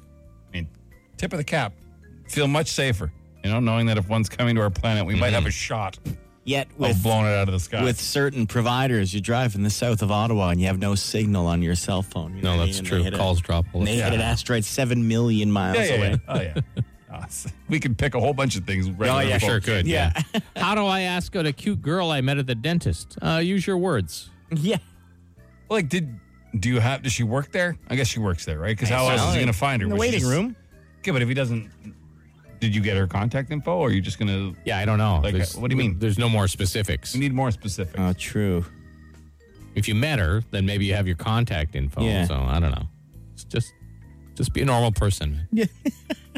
Speaker 2: I mean, tip of the cap. Feel much safer, you know, knowing that if one's coming to our planet, we might
Speaker 3: Mm-hmm.
Speaker 2: have a shot
Speaker 10: Yet
Speaker 2: of
Speaker 10: with
Speaker 2: blowing it out of the sky.
Speaker 10: with certain providers, you drive in the south of Ottawa and you have no signal on your cell phone. You know
Speaker 3: No,
Speaker 10: what I
Speaker 3: Oh, that's
Speaker 10: mean? And
Speaker 3: true.
Speaker 10: They hit,
Speaker 3: Calls drop.
Speaker 10: a, and they hit an asteroid seven million miles
Speaker 2: yeah, yeah,
Speaker 10: away.
Speaker 2: yeah. Oh, yeah. Awesome. we could pick a whole bunch of things. Right
Speaker 3: Oh,
Speaker 2: now.
Speaker 3: yeah, sure could.
Speaker 10: Yeah.
Speaker 3: How do I ask out a cute girl I met at the dentist? Uh, use your words.
Speaker 10: Yeah.
Speaker 2: Like, did do you have? Does she work there? I guess she works there, right? Because how else is he going to find her?
Speaker 10: In the
Speaker 2: Was she
Speaker 10: waiting
Speaker 2: just-
Speaker 10: room?
Speaker 2: Okay, but if he doesn't, did you get her contact info, or are you just going to?
Speaker 3: Yeah, I don't know.
Speaker 2: Like,
Speaker 3: There's-
Speaker 2: uh, what do you mean?
Speaker 3: There's no more specifics.
Speaker 2: We need more specifics.
Speaker 10: Oh, true.
Speaker 3: If you met her, then maybe you have your contact info.
Speaker 10: Yeah.
Speaker 3: So I don't know. It's just just be a normal person.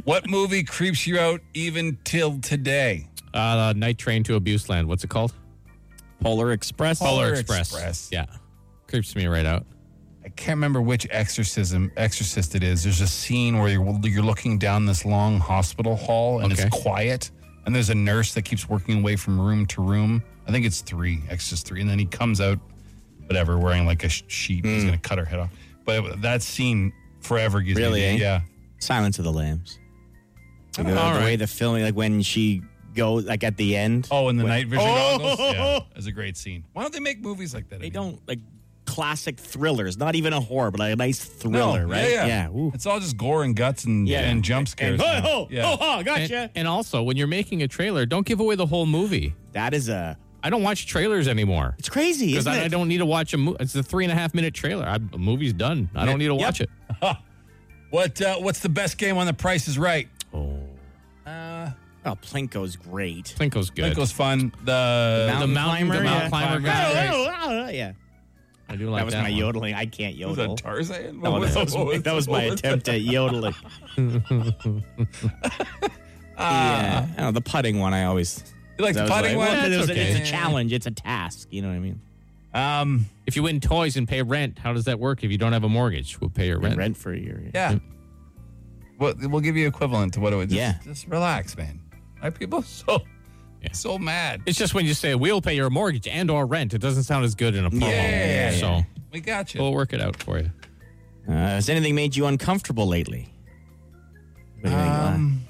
Speaker 2: what movie creeps you out even till today?
Speaker 3: Uh, Night Train to Abuse Land. What's it called?
Speaker 10: Polar Express.
Speaker 2: Polar
Speaker 3: Express.
Speaker 2: Express.
Speaker 3: Yeah. Creeps me right out.
Speaker 2: I can't remember which exorcism exorcist it is. There's a scene where you're you're looking down this long hospital hall and it's quiet, and there's a nurse that keeps working away from room to room. I think it's three, Exorcist three, and then he comes out, whatever, wearing like a sh- sheet. and
Speaker 10: Hmm.
Speaker 2: He's gonna cut her head off. But that scene forever gives
Speaker 10: Really,
Speaker 2: me
Speaker 10: eh?
Speaker 2: yeah.
Speaker 10: Silence of the Lambs.
Speaker 2: Oh,
Speaker 10: Like, the,
Speaker 2: all
Speaker 10: the way
Speaker 2: right.
Speaker 10: the filming, like when she goes, like at the end.
Speaker 2: Oh, and the night vision
Speaker 10: Oh!
Speaker 2: goggles. Yeah, it's a great scene. Why don't they make movies like that?
Speaker 10: They don't like classic thrillers, not even a horror, but like a nice thriller,
Speaker 2: No,
Speaker 10: right?
Speaker 2: Yeah, yeah. It's all just gore and guts and
Speaker 10: Yeah.
Speaker 2: and jump scares.
Speaker 10: ho,
Speaker 2: now.
Speaker 10: ho,
Speaker 2: yeah.
Speaker 10: ho, ho, oh, gotcha.
Speaker 3: And, and also, when you're making a trailer, don't give away the whole movie.
Speaker 10: That is a.
Speaker 3: I don't watch trailers anymore.
Speaker 10: It's crazy,
Speaker 3: because
Speaker 10: isn't
Speaker 3: I,
Speaker 10: it?
Speaker 3: I don't need to watch a movie. It's a three and a half minute trailer. I, a movie's done. I don't need to watch it.
Speaker 2: What uh, what's the best game on The Price Is Right?
Speaker 10: Uh, oh, Plinko's great.
Speaker 3: Plinko's good.
Speaker 2: Plinko's fun. The
Speaker 10: Mountain climber,
Speaker 3: the mountain
Speaker 10: yeah.
Speaker 3: climber guy.
Speaker 10: oh, yeah.
Speaker 3: I do like
Speaker 10: that was
Speaker 3: that
Speaker 10: my
Speaker 3: one.
Speaker 10: yodeling. I can't
Speaker 3: Was
Speaker 10: yodel.
Speaker 3: that
Speaker 2: Tarzan?
Speaker 10: No,
Speaker 2: What was-
Speaker 10: that was,
Speaker 2: what was-
Speaker 10: that was my
Speaker 2: what was
Speaker 10: attempt
Speaker 2: that?
Speaker 10: at yodeling.
Speaker 3: Ah.
Speaker 10: yeah, I don't know, Oh, the putting one. I always
Speaker 2: You like the
Speaker 10: I was
Speaker 2: putting one?
Speaker 10: well, it
Speaker 2: That's
Speaker 10: was a-
Speaker 2: okay.
Speaker 10: It's a challenge. It's a task. You know what I mean?
Speaker 2: Um,
Speaker 3: if you win toys and pay rent, how does that work? If you don't have a mortgage, we'll pay your rent.
Speaker 10: Rent for a year.
Speaker 2: Yeah. We'll, we'll give you equivalent to what it would. Just,
Speaker 3: Yeah.
Speaker 2: Just relax, man. Why people so so mad?
Speaker 3: It's just when you say we'll pay your mortgage and or rent, it doesn't sound as good in a promo.
Speaker 2: Yeah.
Speaker 3: So
Speaker 2: We got you.
Speaker 3: we'll work it out for you.
Speaker 10: Uh, has anything made you uncomfortable lately? What do you think, uh,
Speaker 3: Um,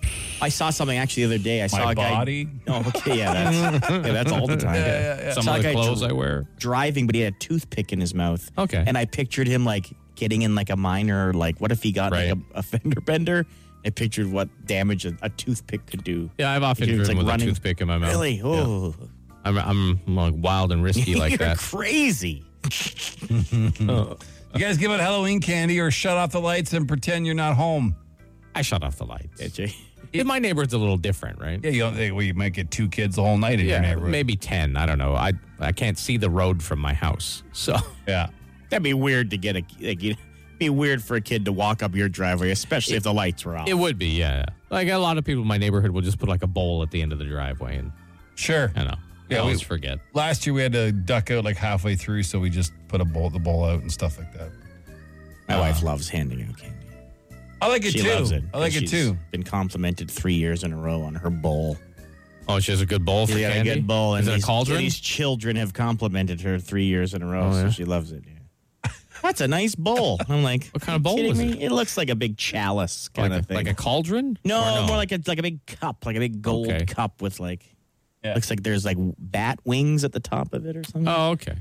Speaker 10: I saw something actually the other day. I saw
Speaker 2: My
Speaker 10: a guy.
Speaker 2: body?
Speaker 10: Oh, okay, yeah, that's, yeah, that's all the time.
Speaker 3: Yeah, yeah, yeah. Some
Speaker 10: Saw
Speaker 3: of
Speaker 10: a
Speaker 3: the
Speaker 10: guy
Speaker 3: clothes I wear.
Speaker 10: Driving, but he had a toothpick in his mouth.
Speaker 3: Okay.
Speaker 10: and I pictured him like getting in like a minor. Like, what if he got like a, a fender bender? I pictured what damage a, a toothpick could do.
Speaker 3: Yeah, I've often
Speaker 10: It's
Speaker 3: driven
Speaker 10: like
Speaker 3: with
Speaker 10: running-
Speaker 3: a toothpick in my mouth.
Speaker 10: Really?
Speaker 3: Yeah.
Speaker 10: Oh,
Speaker 3: I'm, I'm like wild and risky like
Speaker 10: you're
Speaker 3: that.
Speaker 10: crazy.
Speaker 2: You guys give out Halloween candy or shut off the lights and pretend you're not home.
Speaker 3: I shut off the lights. In my neighborhood's a little different, right?
Speaker 2: Yeah, you don't think well, you might get two kids the whole night in your neighborhood.
Speaker 3: Maybe ten. I don't know. I I can't see the road from my house. So
Speaker 2: Yeah.
Speaker 10: That'd be weird to get a like. You'd, be weird for a kid to walk up your driveway, especially if the lights were off.
Speaker 3: it would be, yeah. yeah. Like a lot of people in my neighborhood will just put like a bowl at the end of the driveway and
Speaker 2: Sure.
Speaker 3: I know.
Speaker 2: Yeah,
Speaker 3: I
Speaker 2: we-
Speaker 3: always forget.
Speaker 2: Last year we had to duck out like halfway through, so we just put a bowl the bowl out and stuff like that.
Speaker 10: My wife loves handing out candy.
Speaker 2: I like it
Speaker 10: she
Speaker 2: too.
Speaker 10: loves it.
Speaker 2: I like
Speaker 10: And
Speaker 2: it
Speaker 10: she's
Speaker 2: too.
Speaker 10: Been complimented three years in a row on her bowl.
Speaker 3: Oh, she has a good bowl
Speaker 10: She's
Speaker 3: for
Speaker 10: got
Speaker 3: candy?
Speaker 10: a good bowl.
Speaker 3: Is
Speaker 10: and
Speaker 3: it a
Speaker 10: these-
Speaker 3: cauldron?
Speaker 10: These children have complimented her three years in a row,
Speaker 3: Oh,
Speaker 10: so
Speaker 3: yeah?
Speaker 10: she loves it. yeah. That's a nice bowl. I'm like, what
Speaker 3: kind of bowl is it?
Speaker 10: It looks like a big chalice kind
Speaker 3: like,
Speaker 10: of
Speaker 3: a,
Speaker 10: thing.
Speaker 3: like a cauldron?
Speaker 10: no,
Speaker 3: Or
Speaker 10: more like a like a big cup, like a big gold
Speaker 3: Okay.
Speaker 10: cup with like.
Speaker 2: Yeah.
Speaker 10: Looks like there's like bat wings at the top of it or something.
Speaker 3: Oh, okay.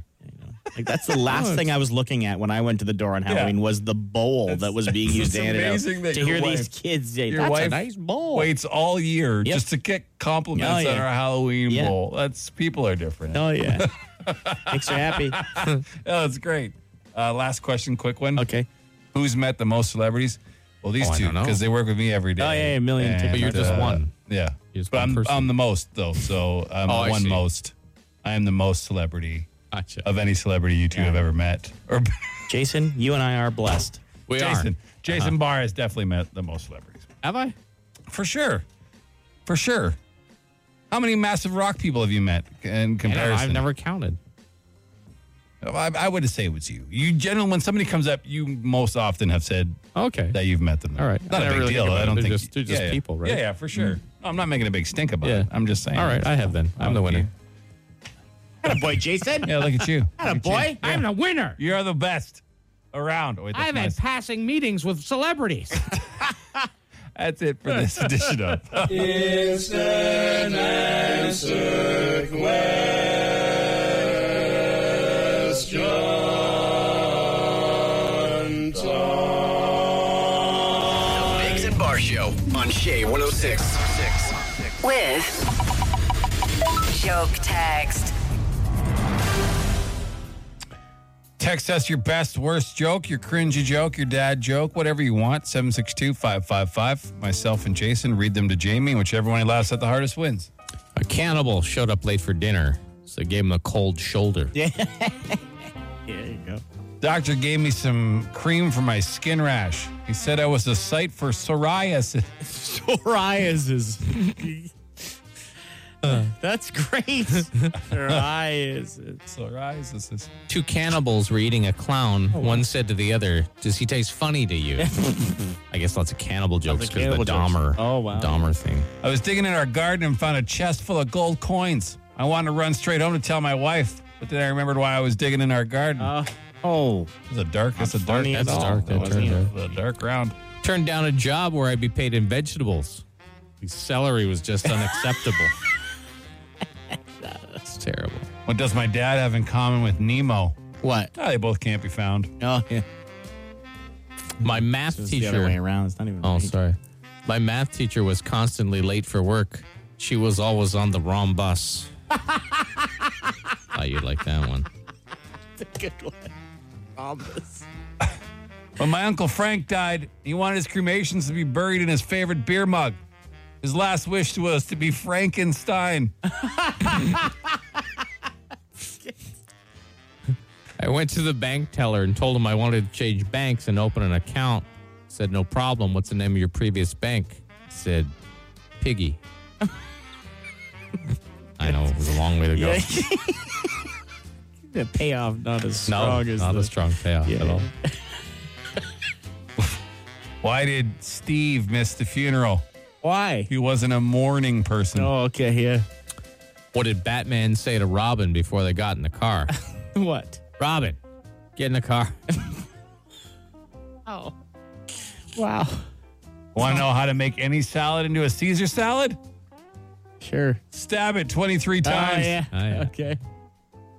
Speaker 10: Like that's the last
Speaker 3: Oh,
Speaker 10: thing I was looking at when I went to the door on Halloween was the bowl that was being used
Speaker 2: It's
Speaker 10: to hand it out.
Speaker 2: amazing that
Speaker 10: to
Speaker 2: your
Speaker 10: hear these
Speaker 2: wife-
Speaker 10: kids say,
Speaker 2: your
Speaker 10: "That's a
Speaker 2: wife
Speaker 10: nice bowl."
Speaker 2: Waits all year just to get compliments
Speaker 10: Oh, yeah.
Speaker 2: on our Halloween
Speaker 10: Yeah.
Speaker 2: bowl. That's people are different.
Speaker 10: Oh yeah, makes her happy.
Speaker 2: oh, that's great. Uh, last question, quick one.
Speaker 10: Okay,
Speaker 2: who's met the most celebrities? Well, these
Speaker 3: Oh, I
Speaker 2: two
Speaker 3: don't know.
Speaker 2: because they work with me every day.
Speaker 10: Oh, yeah, a million
Speaker 2: And, uh,
Speaker 10: times.
Speaker 3: But you're just one.
Speaker 2: Yeah,
Speaker 3: You're just
Speaker 2: but
Speaker 3: one
Speaker 2: I'm
Speaker 3: person.
Speaker 2: I'm the most though, so I'm
Speaker 3: Oh,
Speaker 2: the
Speaker 3: I
Speaker 2: one
Speaker 3: see.
Speaker 2: most. I am the most celebrity
Speaker 3: Gotcha.
Speaker 2: of any celebrity you two have ever met. Or
Speaker 10: Jason, you and I are blessed.
Speaker 3: We
Speaker 2: Jason.
Speaker 3: are. Uh-huh.
Speaker 2: Jason Barr has definitely met the most celebrities
Speaker 3: Have I?
Speaker 2: for sure, for sure. How many massive rock people have you met in
Speaker 3: I don't know.
Speaker 2: comparison?
Speaker 3: I've never counted.
Speaker 2: I, I would say it was you. You generally, when somebody comes up, you most often have said
Speaker 3: Okay.
Speaker 2: that you've met them.
Speaker 3: All right.
Speaker 2: not
Speaker 3: I
Speaker 2: a
Speaker 3: never
Speaker 2: big
Speaker 3: really
Speaker 2: deal.
Speaker 3: think about
Speaker 2: I
Speaker 3: it.
Speaker 2: don't
Speaker 3: They're
Speaker 2: think
Speaker 3: just- they're just
Speaker 2: yeah, yeah.
Speaker 3: people, right? Mm-hmm.
Speaker 2: Yeah, yeah, for sure. No, I'm not making a big stink about
Speaker 3: Yeah.
Speaker 2: it. I'm just saying.
Speaker 3: All right. I have then. I'm the winner.
Speaker 10: Had a boy, Jason.
Speaker 2: Yeah, look at you.
Speaker 10: Had a boy.
Speaker 2: I'm
Speaker 3: the winner.
Speaker 2: You're the best around. Wait, that's, nice.
Speaker 3: passing meetings with celebrities.
Speaker 2: that's it for this edition of.
Speaker 8: The Biggs and Bar Show on Shea 106.
Speaker 4: With joke text.
Speaker 2: Text us your best, worst joke, your cringy joke, your dad joke, whatever you want. 762 555. Myself and Jason read them to Jamie. Whichever one he laughs at the hardest wins.
Speaker 3: a cannibal showed up late for dinner, so they gave him a cold shoulder. Yeah.
Speaker 10: There you go.
Speaker 2: Doctor gave me some cream for my skin rash. He said I was a site for psoriasis.
Speaker 10: Psoriasis. That's great. Psoriasis.
Speaker 2: Psoriasis.
Speaker 3: Two cannibals were eating a clown. One said to the other, "Does he taste funny to you?" I guess lots of cannibal jokes because of the
Speaker 2: cannibal jokes.
Speaker 3: Dahmer.
Speaker 2: Oh, wow.
Speaker 3: Dahmer thing.
Speaker 2: I was digging in our garden and found a chest full of gold coins. I wanted to run straight home to tell my wife, but then I remembered why I was digging in our garden.
Speaker 10: oh,
Speaker 2: it's a dark. It's a dark.
Speaker 3: That's dark. That
Speaker 2: wasn't
Speaker 3: turned
Speaker 2: even-
Speaker 3: dark. round. Turned down a job where I'd be paid in vegetables. The celery was just unacceptable. That's terrible.
Speaker 2: What does my dad have in common with Nemo?
Speaker 3: What?
Speaker 2: Ah, they both can't be found.
Speaker 10: Oh yeah.
Speaker 3: My math
Speaker 10: It's the
Speaker 3: teacher.
Speaker 10: other way around. It's not even.
Speaker 3: Oh,
Speaker 10: right.
Speaker 3: sorry. My math teacher was constantly late for work. She was always on the wrong bus. Thought you'd like that one.
Speaker 10: Good one. Promise.
Speaker 2: When my uncle Frank died, he wanted his cremations to be buried in his favorite beer mug. His last wish was to be Frankenstein.
Speaker 3: I went to the bank teller and told him I wanted to change banks and open an account. Said, no problem. What's the name of your previous bank? Said, Piggy. I know it was a long way to go.
Speaker 10: Yeah. the payoff not as
Speaker 3: no,
Speaker 10: strong as
Speaker 3: not
Speaker 10: the,
Speaker 3: a strong payoff
Speaker 10: Yeah.
Speaker 3: at all.
Speaker 2: Why did Steve miss the funeral?
Speaker 10: Why?
Speaker 2: He wasn't a mourning person.
Speaker 10: Oh, okay, yeah.
Speaker 3: What did Batman say to Robin before they got in the car?
Speaker 10: What?
Speaker 3: Robin, get in the car.
Speaker 10: Oh. Wow.
Speaker 2: Want to know how to make any salad into a Caesar salad?
Speaker 10: Sure.
Speaker 2: Stab it 23
Speaker 10: Oh,
Speaker 2: times.
Speaker 10: yeah.
Speaker 3: Oh, yeah.
Speaker 10: Okay.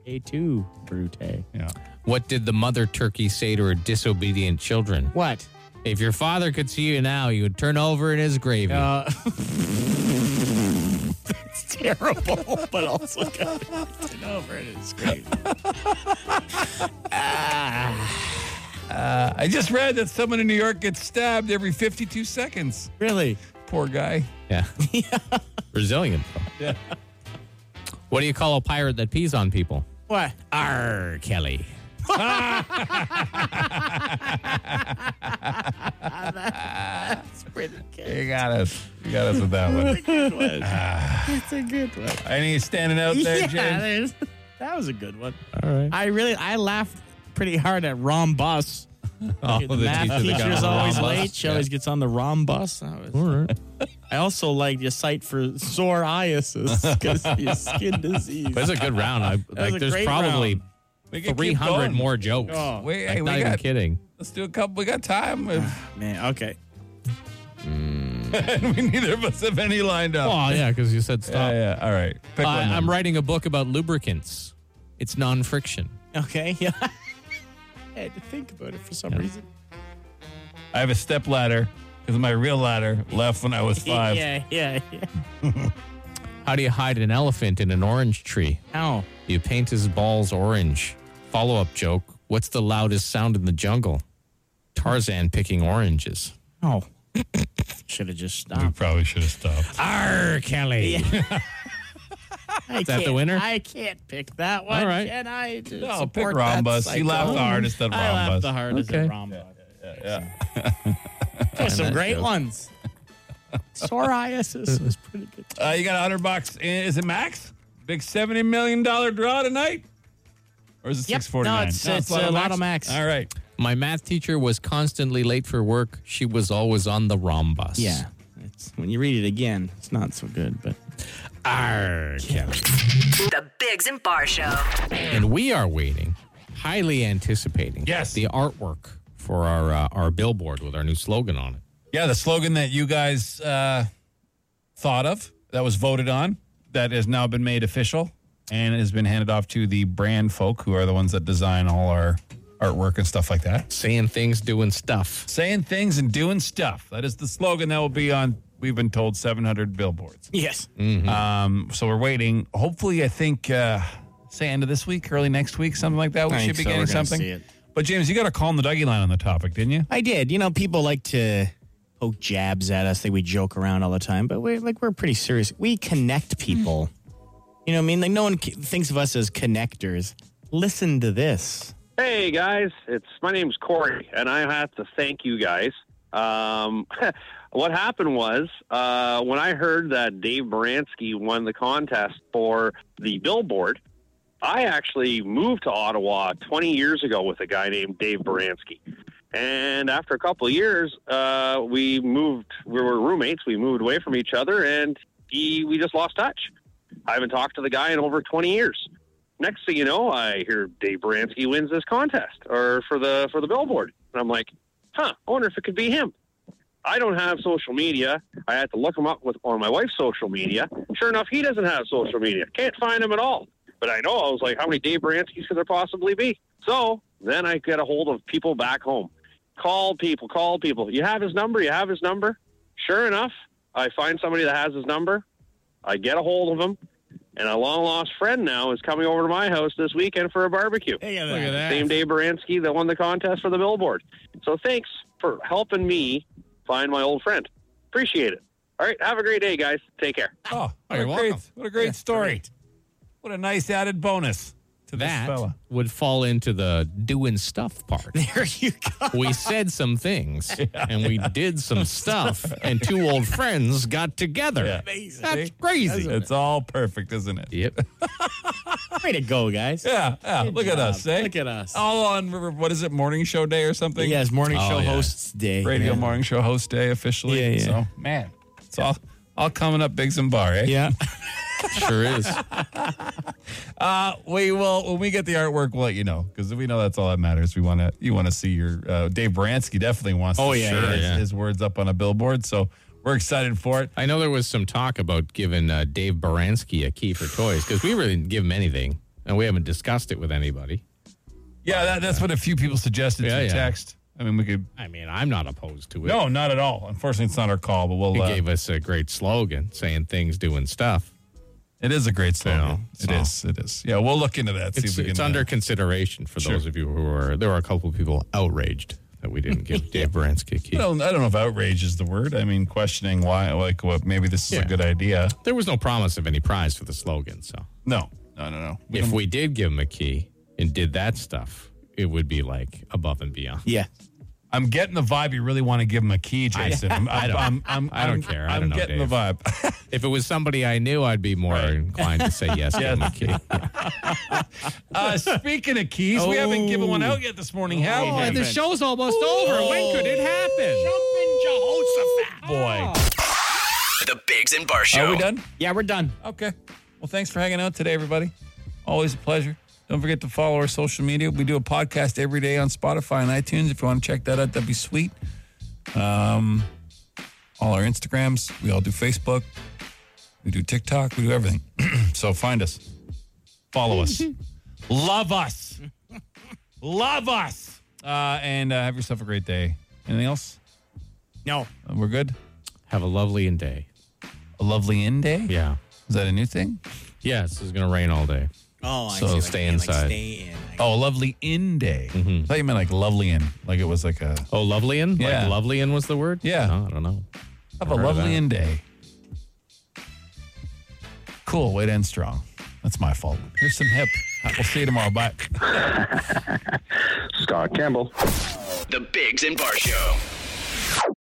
Speaker 10: A2 Brute.
Speaker 2: Yeah.
Speaker 3: What did the mother turkey say to her disobedient children?
Speaker 10: What?
Speaker 3: If your father could see you now, he would turn over in his gravy.
Speaker 10: Uh, it's terrible, but also got it over it. It's great.
Speaker 2: Uh, I just read that someone in New York gets stabbed every 52 seconds.
Speaker 10: Really?
Speaker 2: Poor guy.
Speaker 3: Yeah. Brazilian.
Speaker 2: Yeah.
Speaker 3: What do you call a pirate that pees on people?
Speaker 10: What?
Speaker 3: R. Kelly.
Speaker 10: That's pretty good.
Speaker 2: You got us. You got us with that one.
Speaker 3: Ah.
Speaker 10: That's a good one.
Speaker 2: Any standing out there,
Speaker 10: yeah,
Speaker 2: James?
Speaker 10: there's- that was a good one.
Speaker 3: All right.
Speaker 10: I really, I laughed pretty hard at Rom Bus.
Speaker 3: Oh,
Speaker 10: the,
Speaker 3: that
Speaker 10: math
Speaker 3: got
Speaker 10: teacher's
Speaker 3: on the
Speaker 10: always
Speaker 3: wrong bus.
Speaker 10: late. She
Speaker 3: Yeah.
Speaker 10: always gets on the Rom Bus. I, was- I also liked your site for psoriasis because your skin disease.
Speaker 3: That's a good round. I,
Speaker 10: was
Speaker 3: like,
Speaker 10: a
Speaker 3: there's
Speaker 10: great
Speaker 3: probably
Speaker 10: round.
Speaker 2: We could keep
Speaker 3: 300
Speaker 2: going.
Speaker 3: more jokes.
Speaker 10: Oh.
Speaker 2: We,
Speaker 3: Like,
Speaker 2: hey, we
Speaker 3: not even
Speaker 2: got,
Speaker 3: kidding.
Speaker 2: let's do a couple. We got time. If,
Speaker 10: Man, okay.
Speaker 2: and we neither of us have any lined up.
Speaker 3: Oh, yeah, because you said
Speaker 2: yeah,
Speaker 3: stop.
Speaker 2: yeah. All right. Pick
Speaker 3: I-
Speaker 2: one.
Speaker 3: I'm
Speaker 2: then.
Speaker 3: writing a book about lubricants. It's non friction.
Speaker 10: Okay, yeah. I had to think about it for some reason.
Speaker 2: I have a step ladder because my real ladder left when I was five.
Speaker 10: Yeah, yeah, yeah.
Speaker 3: How do you hide an elephant in an orange tree?
Speaker 10: Ow.
Speaker 3: You paint his balls orange. Follow up joke What's the loudest sound in the jungle? Tarzan picking oranges.
Speaker 10: Ow. Should have just
Speaker 2: We
Speaker 10: stopped.
Speaker 2: probably should have stopped.
Speaker 3: Arr, Kelly.
Speaker 10: Is
Speaker 3: that the winner?
Speaker 10: I can't pick that one.
Speaker 3: All right.
Speaker 10: Can I just
Speaker 2: No,
Speaker 10: support
Speaker 2: Oh, pick
Speaker 10: that
Speaker 2: Rhombus. He
Speaker 10: psycho?
Speaker 2: laughed the hardest at
Speaker 10: I laughed
Speaker 2: Rhombus.
Speaker 10: the hardest
Speaker 3: Okay.
Speaker 10: at Rhombus. There's some
Speaker 3: that
Speaker 10: great
Speaker 3: joke.
Speaker 10: ones. Psoriasis was pretty good.
Speaker 2: Uh, you got a hundred bucks. Is it max? Big seventy million dollar draw tonight, or is it
Speaker 10: Yep.
Speaker 2: six forty nine?
Speaker 10: No, it's- it's, uh, Lotto Max.
Speaker 2: All right.
Speaker 3: My math teacher was constantly late for work. She was always on the ROM bus.
Speaker 10: Yeah. It's, when you read it again, it's not so good, but
Speaker 3: Arr, Kelly.
Speaker 4: The Bigs and Bar Show.
Speaker 3: And we are waiting, highly anticipating
Speaker 2: Yes.
Speaker 3: the artwork for our uh, our billboard with our new slogan on it.
Speaker 2: Yeah, the slogan that you guys uh, thought of, that was voted on, that has now been made official, and has been handed off to the brand folk who are the ones that design all our artwork and stuff like that.
Speaker 3: Saying things, doing stuff.
Speaker 2: Saying things and doing stuff. That is the slogan that will be on. We've been told seven hundred billboards.
Speaker 10: yes.
Speaker 2: Um, so we're waiting. Hopefully, I think uh, say end of this week, early next week, something like that. We
Speaker 10: I
Speaker 2: should
Speaker 10: think
Speaker 2: be
Speaker 10: so.
Speaker 2: getting
Speaker 10: We're gonna
Speaker 2: something.
Speaker 10: see it.
Speaker 2: But James, you got a call on the Dougie line on the topic, didn't you?
Speaker 10: I did. You know, people like to poke jabs at us. They we joke around all the time, but we're like we're pretty serious. We connect people. You know what I mean? Like no one c- thinks of us as connectors. Listen to this.
Speaker 20: Hey guys, it's my name's Corey, and I have to thank you guys. Um, What happened was uh, when I heard that Dave Baranski won the contest for the billboard, I actually moved to Ottawa 20 years ago with a guy named Dave Baranski. And after a couple of years, uh, we moved. We were roommates. We moved away from each other, and he we just lost touch. I haven't talked to the guy in over 20 years. Next thing you know, I hear Dave Baranski wins this contest or for the for the billboard, and I'm like, huh? I wonder if it could be him. I don't have social media. I had to look him up with on my wife's social media. Sure enough, he doesn't have social media. Can't find him at all. But I know I was like, how many Dave Baranskis could there possibly be? So then I get a hold of people back home. Call people, call people. You have his number. You have his number. Sure enough, I find somebody that has his number. I get a hold of him, and a long lost friend now is coming over to my house this weekend for a barbecue.
Speaker 3: Hey, look at that.
Speaker 20: Same day Baranski that won the contest for the billboard. So thanks for helping me find my old friend. Appreciate it. All right, have a great day, guys. Take care.
Speaker 2: Oh, what, a great, what a great story. What a nice added bonus to this
Speaker 3: that
Speaker 2: fella.
Speaker 3: would fall into the doing stuff part. There
Speaker 10: you go.
Speaker 3: We said some things and we did some stuff, and two old friends got together.
Speaker 2: Yeah.
Speaker 10: Amazing.
Speaker 3: That's crazy.
Speaker 2: It's all perfect, isn't it?
Speaker 3: Yep.
Speaker 10: Way to go, guys.
Speaker 2: Yeah, yeah.
Speaker 10: Good
Speaker 2: Look at
Speaker 10: job.
Speaker 2: us, eh?
Speaker 10: Look at us.
Speaker 2: All on River. What is it? Morning show day or something?
Speaker 10: Yes, morning
Speaker 2: Oh,
Speaker 10: show
Speaker 2: yeah.
Speaker 10: hosts day.
Speaker 2: Radio
Speaker 10: Yeah.
Speaker 2: morning show host day officially.
Speaker 10: Yeah, yeah.
Speaker 2: So man, it's all all coming up big and bar, eh?
Speaker 10: Yeah.
Speaker 3: sure is.
Speaker 2: Uh, we will when we get the artwork, we'll let you know because we know that's all that matters. We want to you want to see your uh, Dave Baranski definitely wants.
Speaker 3: Oh,
Speaker 2: to
Speaker 3: yeah,
Speaker 2: share
Speaker 3: yeah,
Speaker 2: his,
Speaker 3: yeah.
Speaker 2: his words up on a billboard. So we're excited for it.
Speaker 3: I know there was some talk about giving uh, Dave Baranski a key for toys because we really didn't give him anything, and we haven't discussed it with anybody.
Speaker 2: Yeah, that, that's what a few people suggested
Speaker 3: Yeah,
Speaker 2: to
Speaker 3: yeah.
Speaker 2: text. I mean, we could.
Speaker 3: I mean, I'm not opposed to it.
Speaker 2: No, not at all. Unfortunately, it's not our call, but we'll.
Speaker 3: He
Speaker 2: Uh,
Speaker 3: gave us a great slogan saying things, doing stuff.
Speaker 2: it is a great slogan.
Speaker 3: You know,
Speaker 2: It is.
Speaker 3: so-
Speaker 2: It is. Yeah, we'll look into that. see
Speaker 3: It's,
Speaker 2: if we can.
Speaker 3: it's
Speaker 2: uh,
Speaker 3: under consideration for
Speaker 2: Sure.
Speaker 3: those of you who are. There were a couple of people outraged that we didn't give Dave Baranski a
Speaker 2: I
Speaker 3: key.
Speaker 2: don't, I don't know if outrage is the word. I mean, questioning why, like, what maybe this is a good idea.
Speaker 3: There was no promise of any prize for the slogan, so
Speaker 2: No, no, no, no.
Speaker 3: if
Speaker 2: don't-
Speaker 3: we did give him a key and did that stuff, it would be like above and beyond.
Speaker 10: Yeah.
Speaker 2: I'm getting the vibe you really want to give him a key,
Speaker 3: I-
Speaker 2: Jason. I'm,
Speaker 3: I don't-
Speaker 2: I'm, I'm,
Speaker 3: I don't
Speaker 2: I'm-
Speaker 3: care. I
Speaker 2: I'm
Speaker 3: don't know,
Speaker 2: getting
Speaker 3: Dave.
Speaker 2: the vibe.
Speaker 3: If it was somebody I knew, I'd be more inclined to say yes. Give him a key.
Speaker 2: Uh, speaking of keys, we haven't given one out yet this morning, have
Speaker 3: Oh,
Speaker 2: we?
Speaker 3: show's almost
Speaker 2: over. When could it happen? Boy.
Speaker 1: The Bigs and Bar Show.
Speaker 2: Are we done?
Speaker 10: Yeah, we're done.
Speaker 2: Okay. Well, thanks for hanging out today, everybody. Always a pleasure. Don't forget to follow our social media. We do a podcast every day on Spotify and iTunes. If you want to check that out, that'd be sweet. Um, all our Instagrams, we all do Facebook, we do TikTok, we do everything. so find us, follow us, love us, love us, uh, and uh, have yourself a great day. Anything else?
Speaker 10: No.
Speaker 2: Uh, We're good.
Speaker 3: Have a lovely and day.
Speaker 2: A lovely end day.
Speaker 3: Yeah.
Speaker 2: Is that a new thing?
Speaker 3: Yes, it's going to rain all day.
Speaker 10: Oh, I
Speaker 3: So
Speaker 10: see what
Speaker 3: stay
Speaker 10: you mean, like,
Speaker 3: inside.
Speaker 10: stay in.
Speaker 2: Oh, a lovely in day. I thought you meant like lovely in, like it was like a
Speaker 3: Oh, lovely in?
Speaker 2: Yeah.
Speaker 3: Like lovely in was the word?
Speaker 2: Yeah.
Speaker 3: No, I don't know.
Speaker 2: have a
Speaker 3: heard of
Speaker 2: lovely
Speaker 3: that.
Speaker 2: in day. Cool, way to end strong. That's my fault. Here's some hip. We'll see you tomorrow. Bye.
Speaker 1: The Bigs and Bar Show.